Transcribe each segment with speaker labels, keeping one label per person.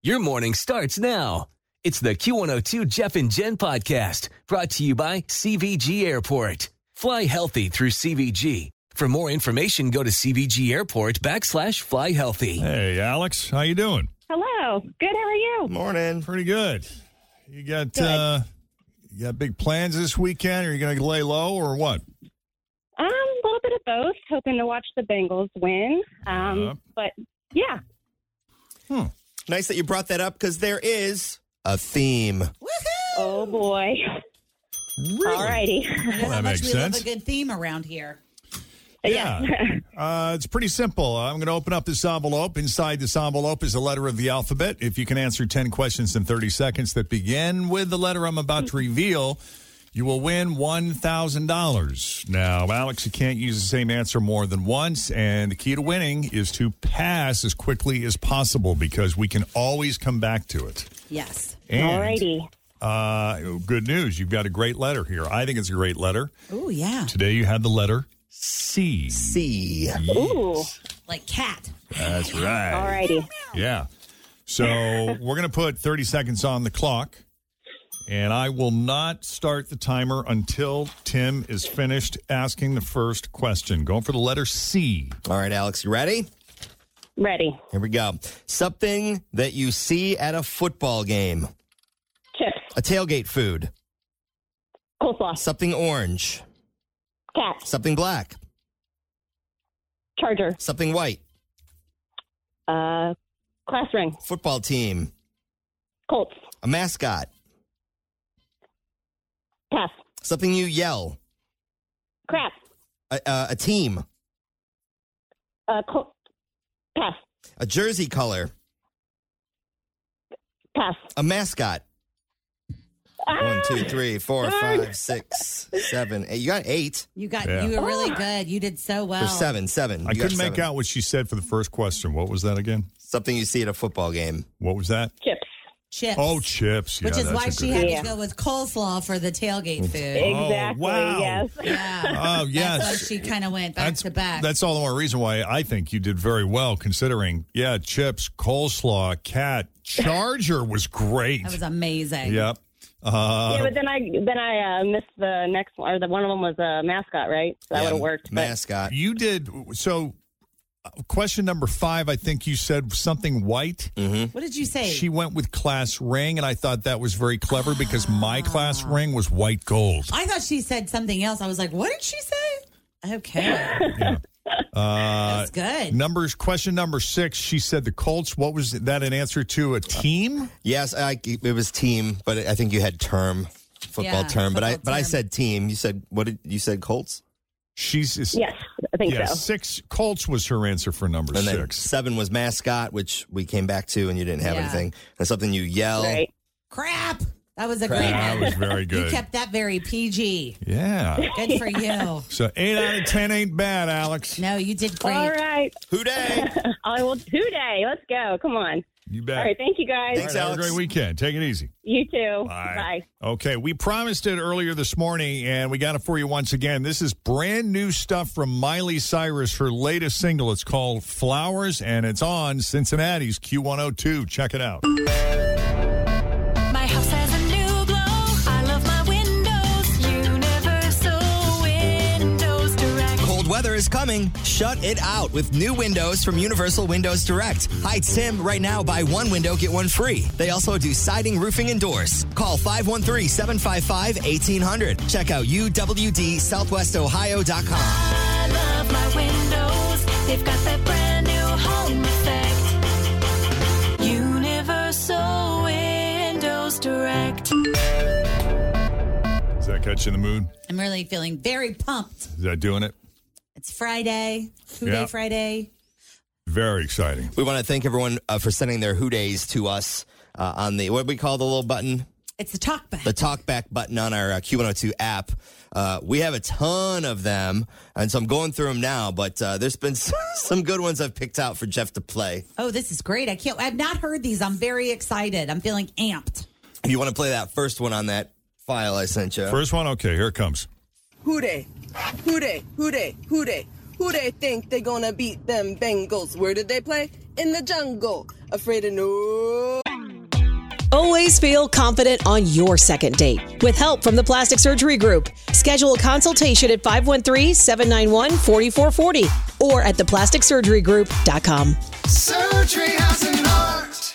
Speaker 1: Your morning starts now. It's the Q102 Jeff and Jen podcast brought to you by CVG Airport. Fly healthy through CVG. For more information, go to CVG Airport backslash fly healthy.
Speaker 2: Hey, Alex, how you doing?
Speaker 3: Hello. Good. How are you?
Speaker 4: Morning.
Speaker 2: Pretty good. You got uh you got big plans this weekend? Are you going to lay low or what?
Speaker 3: Um, a little bit of both. Hoping to watch the Bengals win. Um,
Speaker 2: Yep.
Speaker 3: but yeah,
Speaker 4: Nice that you brought that up because there is a theme.
Speaker 3: oh boy. All righty.
Speaker 2: Well, that
Speaker 5: How much
Speaker 2: makes
Speaker 5: we
Speaker 2: sense.
Speaker 5: love a good theme around here.
Speaker 2: Yeah. uh, it's pretty simple. I'm going to open up this envelope. Inside this envelope is a letter of the alphabet. If you can answer 10 questions in 30 seconds that begin with the letter I'm about to reveal, you will win $1,000. Now, Alex, you can't use the same answer more than once. And the key to winning is to pass as quickly as possible because we can always come back to it.
Speaker 5: Yes.
Speaker 2: And,
Speaker 3: Alrighty.
Speaker 2: Uh, good news. You've got a great letter here. I think it's a great letter.
Speaker 5: Oh yeah.
Speaker 2: Today you had the letter C.
Speaker 4: C.
Speaker 3: Ooh.
Speaker 5: Like cat.
Speaker 2: That's right.
Speaker 3: Alrighty.
Speaker 2: Yeah. So we're going to put 30 seconds on the clock, and I will not start the timer until Tim is finished asking the first question. Going for the letter C.
Speaker 4: All right, Alex, you ready?
Speaker 3: Ready.
Speaker 4: Here we go. Something that you see at a football game.
Speaker 3: Chips.
Speaker 4: A tailgate food.
Speaker 3: Coleslaw.
Speaker 4: Something orange.
Speaker 3: Cat.
Speaker 4: Something black.
Speaker 3: Charger.
Speaker 4: Something white.
Speaker 3: Uh, class ring.
Speaker 4: Football team.
Speaker 3: Colts.
Speaker 4: A mascot.
Speaker 3: Pass.
Speaker 4: Something you yell.
Speaker 3: Crap.
Speaker 4: A, a, a team.
Speaker 3: Uh, Col- pass.
Speaker 4: A jersey color.
Speaker 3: Pass.
Speaker 4: A mascot. One, two, three,
Speaker 3: Ah!
Speaker 4: four, five, six, seven, eight. You got eight.
Speaker 5: You got.
Speaker 2: Yeah.
Speaker 5: You were really good. You did so well.
Speaker 4: There's seven, seven.
Speaker 2: I
Speaker 4: You got
Speaker 2: couldn't make
Speaker 4: seven.
Speaker 2: out what she said for the first question. What was that again?
Speaker 4: Something you see at a football game.
Speaker 2: What was that?
Speaker 3: Chips.
Speaker 5: Chips.
Speaker 2: Oh, chips.
Speaker 5: Which
Speaker 2: yeah,
Speaker 5: is
Speaker 2: that's
Speaker 5: why
Speaker 2: a good
Speaker 5: she
Speaker 2: answer.
Speaker 5: had
Speaker 3: Yeah.
Speaker 5: to go with coleslaw for the tailgate food.
Speaker 2: Oh,
Speaker 3: Exactly.
Speaker 2: wow.
Speaker 3: Yes.
Speaker 5: Yeah.
Speaker 2: Oh, yes.
Speaker 5: That's why she kind of went back
Speaker 2: that's,
Speaker 5: to back.
Speaker 2: That's all the more reason why I think you did very well, considering, yeah, chips, coleslaw, cat, charger was great.
Speaker 5: that was amazing.
Speaker 2: yep. Uh,
Speaker 3: yeah, but then I then I uh, missed the next one, or the one of them was a mascot, right? So that
Speaker 4: Yeah,
Speaker 3: would have worked. But
Speaker 4: Mascot.
Speaker 2: you did. So, uh, question number five, I think you said something white.
Speaker 3: Mm.
Speaker 5: What did you say?
Speaker 2: She went with class ring, and I thought that was very clever because my class
Speaker 3: Ah.
Speaker 2: ring was white gold.
Speaker 5: I thought she said something else. I was like, what did she say? Okay.
Speaker 2: Uh,
Speaker 5: That's good.
Speaker 2: numbers question number six. She said the Colts. What was that an answer to? A team?
Speaker 4: Yes, I, it was team, but I think you had term, football
Speaker 5: Yeah,
Speaker 4: term. But I
Speaker 5: football
Speaker 4: but I
Speaker 5: term.
Speaker 4: said team. You said what? Did, you said Colts,
Speaker 2: She's
Speaker 3: yes, I think
Speaker 2: yeah,
Speaker 3: so.
Speaker 2: six Colts was her answer for number
Speaker 4: and then
Speaker 2: six.
Speaker 4: seven was mascot, which we came back to, and you didn't have
Speaker 5: Yeah.
Speaker 4: anything. And something you yell.
Speaker 3: Right.
Speaker 5: Crap. That was a
Speaker 4: Crap.
Speaker 5: great
Speaker 2: That
Speaker 5: one.
Speaker 2: was very
Speaker 5: You
Speaker 2: good.
Speaker 5: kept that very PG.
Speaker 2: yeah.
Speaker 5: Good for you.
Speaker 2: So eight out of ten ain't bad, Alex.
Speaker 5: No, you did great.
Speaker 3: All right.
Speaker 4: Who day?
Speaker 3: I will today. Let's go. Come on.
Speaker 2: You bet.
Speaker 3: All right. Thank you guys.
Speaker 4: Thanks,
Speaker 2: Have a
Speaker 4: Alex.
Speaker 2: great weekend. Take it easy.
Speaker 3: You too.
Speaker 2: Bye. Okay, we promised it earlier this morning, and we got it for you once again. This is brand new stuff from Miley Cyrus, her latest single. It's called Flowers, and it's on Cincinnati's Q102. Check it out.
Speaker 6: My house has a new glow. I love my windows. Universal Windows Direct.
Speaker 4: Cold weather
Speaker 7: is coming. Shut it out with new windows from Universal Windows Direct. Hi, Tim. Right now, buy one window, get one free. They also do siding, roofing, and doors. Call 513 755 1800. Check out uwdsouthwestohio.com.
Speaker 8: I love my windows. They've got that brand new home effect. Universal Windows Direct.
Speaker 2: Does that catch you in the mood?
Speaker 5: I'm really feeling very pumped.
Speaker 2: Is that doing it?
Speaker 5: It's Friday, two
Speaker 2: Yeah.
Speaker 5: day Friday.
Speaker 2: Very exciting.
Speaker 4: We want to thank everyone uh, for sending their who days to us uh, on the what do we call the little button,
Speaker 5: It's the talk back.
Speaker 4: the talk back button on our uh, Q102 app. Uh, we have a ton of them, and so I'm going through them now. But uh, there's been some good ones I've picked out for Jeff to play.
Speaker 5: oh, this is great. I can't, I've not heard these. I'm very excited. I'm feeling amped.
Speaker 4: If you want to play that first one on that file I sent you,
Speaker 2: First one, okay, here it comes.
Speaker 9: Who they? Who they? Who they? Who they? Who they think they gonna beat them Bengals? Where did they play? In the jungle. Afraid of no.
Speaker 3: Always feel confident on your second date. With help from the Plastic Surgery Group, schedule a consultation at 513-791-4440 or at theplasticsurgerygroup.com.
Speaker 10: Surgery has an art.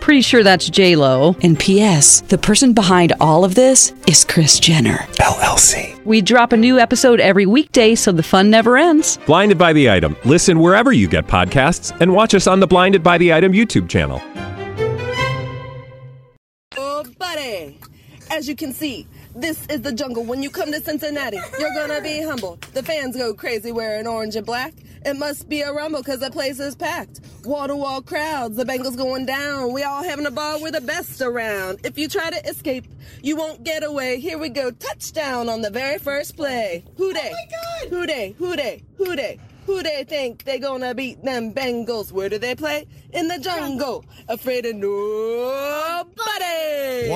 Speaker 11: Pretty sure that's J Lo. And P.S. The person behind all of this is Chris Jenner LLC. We drop a new episode every weekday, so the fun never ends.
Speaker 1: Blinded by the item. Listen wherever you get podcasts, and watch us on the Blinded by the Item YouTube channel.
Speaker 9: Oh, buddy. As you can see, this is the jungle. When you come to Cincinnati, you're gonna be humble. The fans go crazy wearing orange and black. It must be a rumble because the place is packed. Wall to wall crowds, the Bengals going down. We all having a ball, we're the best around. If you try to escape, you won't get away. Here we go, touchdown on the very first play. Who they? Oh my God. Who they? Who they? Who they? Who they think they gonna beat them Bengals? Where do they play? In the jungle, afraid of nobody.
Speaker 2: Wow.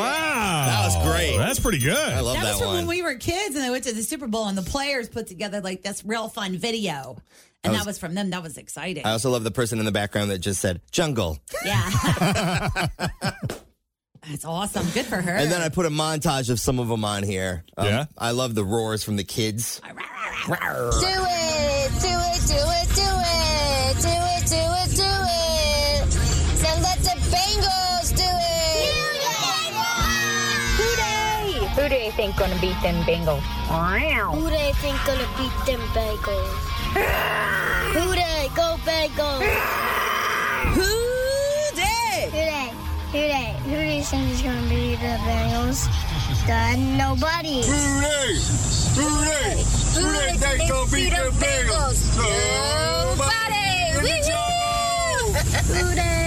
Speaker 4: That was great.
Speaker 2: That's pretty good. I
Speaker 4: love that,
Speaker 5: was from
Speaker 4: one.
Speaker 5: when we were kids and they went to the Super Bowl and the players put together like this real fun video. And
Speaker 4: That
Speaker 5: that was from them. That was exciting.
Speaker 4: I also love the person in the background that just said jungle.
Speaker 5: yeah. That's awesome. Good for her.
Speaker 4: And then I put a montage of some of them on here. Um,
Speaker 2: Yeah?
Speaker 4: I love the roars from the kids.
Speaker 10: Do it, do it, do it, do it, do it, do it, do it. Now let the Bengals do it. Who they? Who do you think gonna beat them Bengals? Who do you think gonna beat them Bengals? Who they? Go Bengals. Who they? Who they? Who they? Who do you think is gonna beat the Bengals? The nobody. Who they? Who they? Who they think gonna beat the Bengals? Nobody. Who they?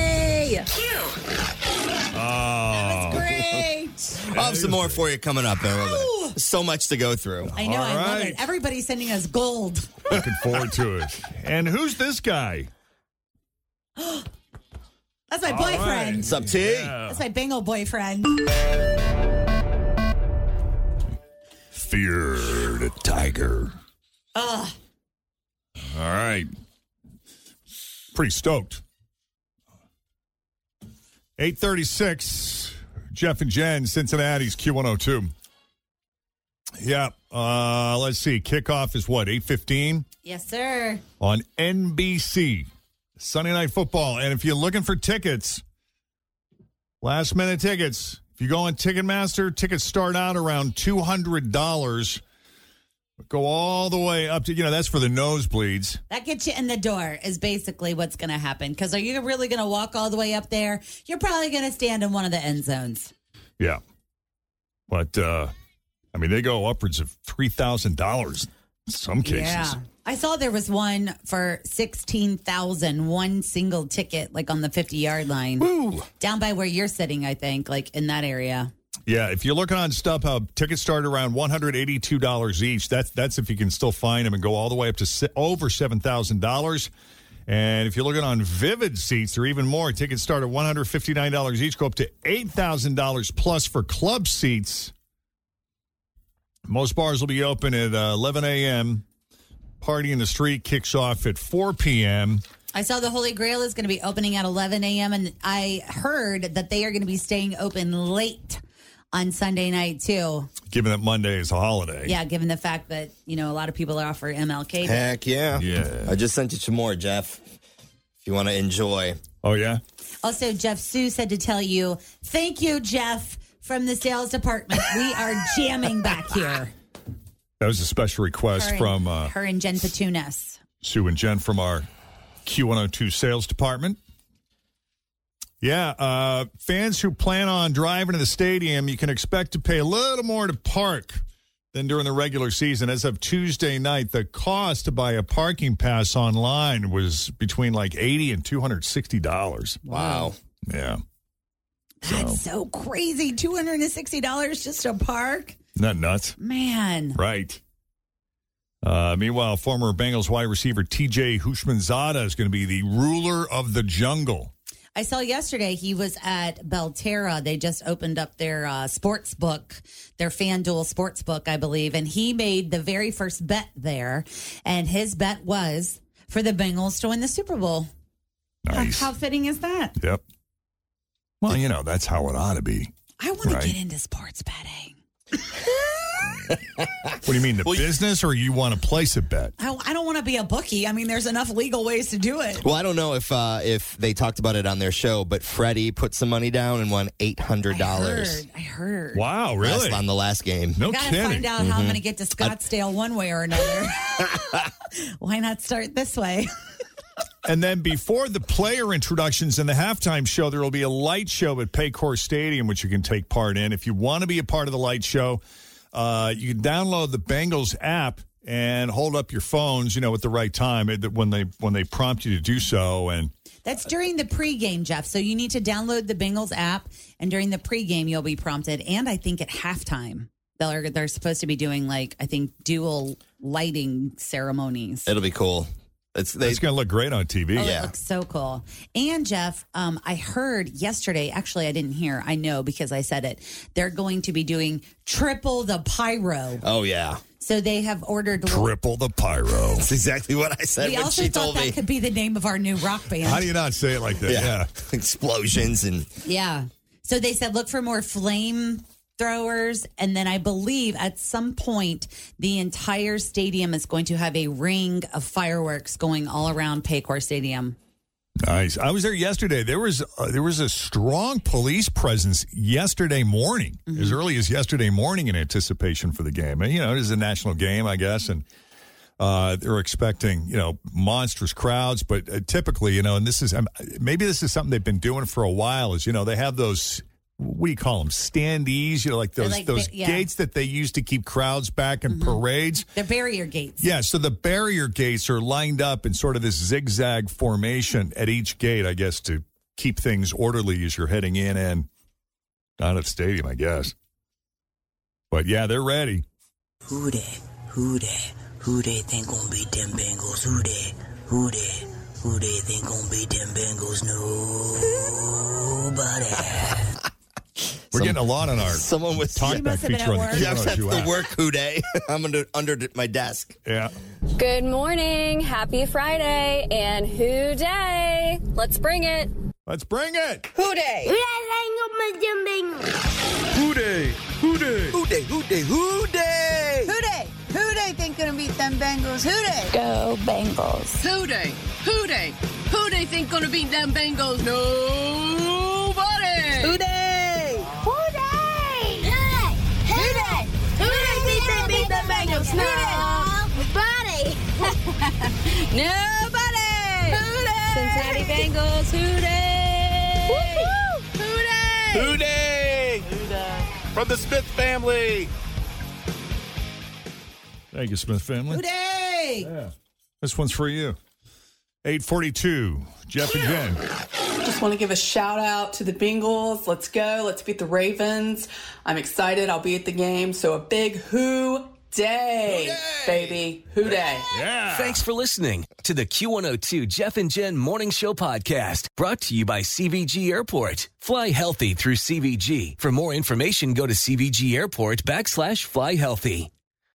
Speaker 2: Oh.
Speaker 5: Great.
Speaker 4: I'll have some more for you coming up in a little bit. So much to go through.
Speaker 5: I know. I love it. Everybody's sending us gold.
Speaker 2: Looking forward to it. And who's this guy?
Speaker 5: That's my
Speaker 2: All
Speaker 5: boyfriend.
Speaker 2: right.
Speaker 4: What's up, T?
Speaker 2: Yeah.
Speaker 5: That's my Bengal boyfriend.
Speaker 2: Feared Tiger.
Speaker 5: Ugh.
Speaker 2: All right. Pretty stoked. 836, Jeff and Jen, Cincinnati's Q102. Yeah, uh, let's see. Kickoff is what, 815
Speaker 5: Yes, sir.
Speaker 2: on NBC. Sunday Night Football. And if you're looking for tickets, last minute tickets, if you go on Ticketmaster, tickets start out around $200. Go all the way up to, you know, that's for the nosebleeds.
Speaker 5: That gets you in the door is basically what's going to happen. Because are you really going to walk all the way up there? You're probably going to stand in one of the end zones.
Speaker 2: Yeah. But uh I mean they go upwards of three thousand dollars in some cases.
Speaker 5: I saw there was one for 16,000, one single ticket, like on the 50 yard line.
Speaker 2: Woo.
Speaker 5: Down by where you're sitting, I think, like in that area.
Speaker 2: Yeah, if you're looking on StubHub, tickets start around one hundred eighty-two dollars each. That's that's if you can still find them and go all the way up to se- over seven thousand dollars. And if you're looking on Vivid seats or even more, tickets start at one hundred fifty-nine dollars each, go up to eight thousand dollars plus for club seats. Most bars will be open at uh, eleven a.m. Party in the Street kicks off at 4 p.m.
Speaker 5: I saw the Holy Grail is going to be opening at 11 a.m. and I heard that they are going to be staying open late on Sunday night too.
Speaker 2: Given that Monday is a holiday.
Speaker 5: Yeah, given the fact that you know a lot of people are off for MLK. Day.
Speaker 4: Heck yeah.
Speaker 2: Yeah.
Speaker 4: I just sent you some more, Jeff. If you want to enjoy.
Speaker 2: Oh yeah.
Speaker 5: Also, Jeff Sue said to tell you, thank you, Jeff, from the sales department. We are jamming back here.
Speaker 2: That was a special request
Speaker 5: Her and-
Speaker 2: from uh,
Speaker 5: her and Jen Petunas.
Speaker 2: Sue and Jen from our Q102 sales department. Yeah, uh, fans who plan on driving to the stadium, you can expect to pay a little more to park than during the regular season. As of Tuesday night, the cost to buy a parking pass online was between like eighty and two hundred sixty dollars.
Speaker 4: Wow.
Speaker 2: Yeah,
Speaker 5: That's so crazy. Two hundred and sixty dollars just to park,
Speaker 2: isn't that nuts?
Speaker 5: man.
Speaker 2: Right. Uh, meanwhile, former Bengals wide receiver T.J. Hushmanzada is going to be the ruler of the jungle.
Speaker 5: I saw yesterday he was at Belterra. They just opened up their uh, sports book, their FanDuel sports book, I believe. And he made the very first bet there. And his bet was for the Bengals to win the Super Bowl.
Speaker 2: Nice.
Speaker 5: How fitting is that?
Speaker 2: Yep. Well, you know that's how it ought to be.
Speaker 5: I want
Speaker 2: Right.
Speaker 5: to get into sports betting.
Speaker 2: What do you mean, the business, or you want to place a bet?
Speaker 5: I, I don't want to be a bookie. I mean, there's enough legal ways to do it.
Speaker 4: Well, I don't know if uh, if they talked about it on their show, but Freddie put some money down and won eight hundred dollars.
Speaker 5: I heard.
Speaker 2: Wow,
Speaker 4: really? on the last game.
Speaker 5: I gotta find out how I'm going to get to Scottsdale one way or another. Why not start this way?
Speaker 2: And then before the player introductions and the halftime show, there will be a light show at Paycor Stadium, which you can take part in. If you want to be a part of the light show, uh, you can download the Bengals app and hold up your phones, you know, at the right time eh, that when they when they prompt you to do so. And
Speaker 5: That's during the pregame, Jeff. So you need to download the Bengals app, and during the pregame, you'll be prompted. And I think at halftime, they're they're supposed to be doing like I think dual lighting ceremonies.
Speaker 4: It'll be cool. It's they,
Speaker 2: it's going to look great on TV.
Speaker 5: Oh, it looks so cool. And Jeff, um, I heard yesterday. Actually, I didn't hear. I know because I said it. They're going to be doing triple the pyro.
Speaker 4: Oh yeah.
Speaker 5: So they have ordered.
Speaker 2: Triple the pyro.
Speaker 4: That's exactly what I said
Speaker 5: we
Speaker 4: when
Speaker 5: also
Speaker 4: she
Speaker 5: thought
Speaker 4: told
Speaker 5: that
Speaker 4: me.
Speaker 5: could be the name of our new rock band.
Speaker 2: How do you not say it like that? Yeah.
Speaker 4: Explosions and
Speaker 5: Yeah. So they said look for more flame throwers and then I believe at some point the entire stadium is going to have a ring of fireworks going all around Paycor Stadium.
Speaker 2: Nice. I was there yesterday. There was uh, there was a strong police presence yesterday morning,
Speaker 5: Mm-hmm.
Speaker 2: as early as yesterday morning, in anticipation for the game. And you know, it is a national game, I guess, and uh, they're expecting you know monstrous crowds. But uh, typically, you know, and this is um, maybe this is something they've been doing for a while. Is you know they have those what do you call them standees? You know, like
Speaker 5: They're
Speaker 2: those
Speaker 5: like the-
Speaker 2: those
Speaker 5: yeah. Mm-hmm.
Speaker 2: gates that they use to keep crowds back in parades.
Speaker 5: They're barrier gates.
Speaker 2: Yeah, so the barrier gates are lined up in sort of this zigzag formation at each gate, I guess, to keep things orderly as you're heading in and out of the stadium, I guess. But yeah, they're ready.
Speaker 12: Who dey? Who dey? Who dey think gon' beat them Bengals? Who dey? Who dey? Who dey think gon' beat them Bengals? Nobody.
Speaker 2: We're getting a lot on our
Speaker 4: someone with
Speaker 2: talkback She must have been feature at on the work.
Speaker 4: Jeff, that's
Speaker 2: Q102
Speaker 4: the
Speaker 2: app.
Speaker 4: work who day. I'm under under my desk.
Speaker 2: Yeah.
Speaker 13: Good morning. Happy Friday and who day? Let's bring it.
Speaker 2: Let's bring it.
Speaker 13: Who day?
Speaker 2: Who day? Who day?
Speaker 12: Who day? Who day? Who day? Who day? Who day think gonna beat them Bengals? Who day?
Speaker 13: Go Bengals.
Speaker 14: Who day? Who day? Who they think gonna beat them Bengals? Nobody.
Speaker 12: Who day? Who day? Who day? Who day think they beat them Bengals? Who day? Nobody.
Speaker 13: Cincinnati Bengals. Who day? Who day?
Speaker 15: Who day? From the Smith family.
Speaker 2: Thank you, Smith family.
Speaker 5: day?
Speaker 2: This one's for you. 842, Jeff and Jen.
Speaker 16: Just want to give a shout out to the Bengals. Let's go. Let's beat the Ravens. I'm excited. I'll be at the game. So a big who day, baby. Who day?
Speaker 1: Thanks for listening to the Q102 Jeff and Jen Morning Show Podcast, brought to you by CVG Airport. Fly healthy through CVG. For more information, go to CVG Airport backslash fly healthy.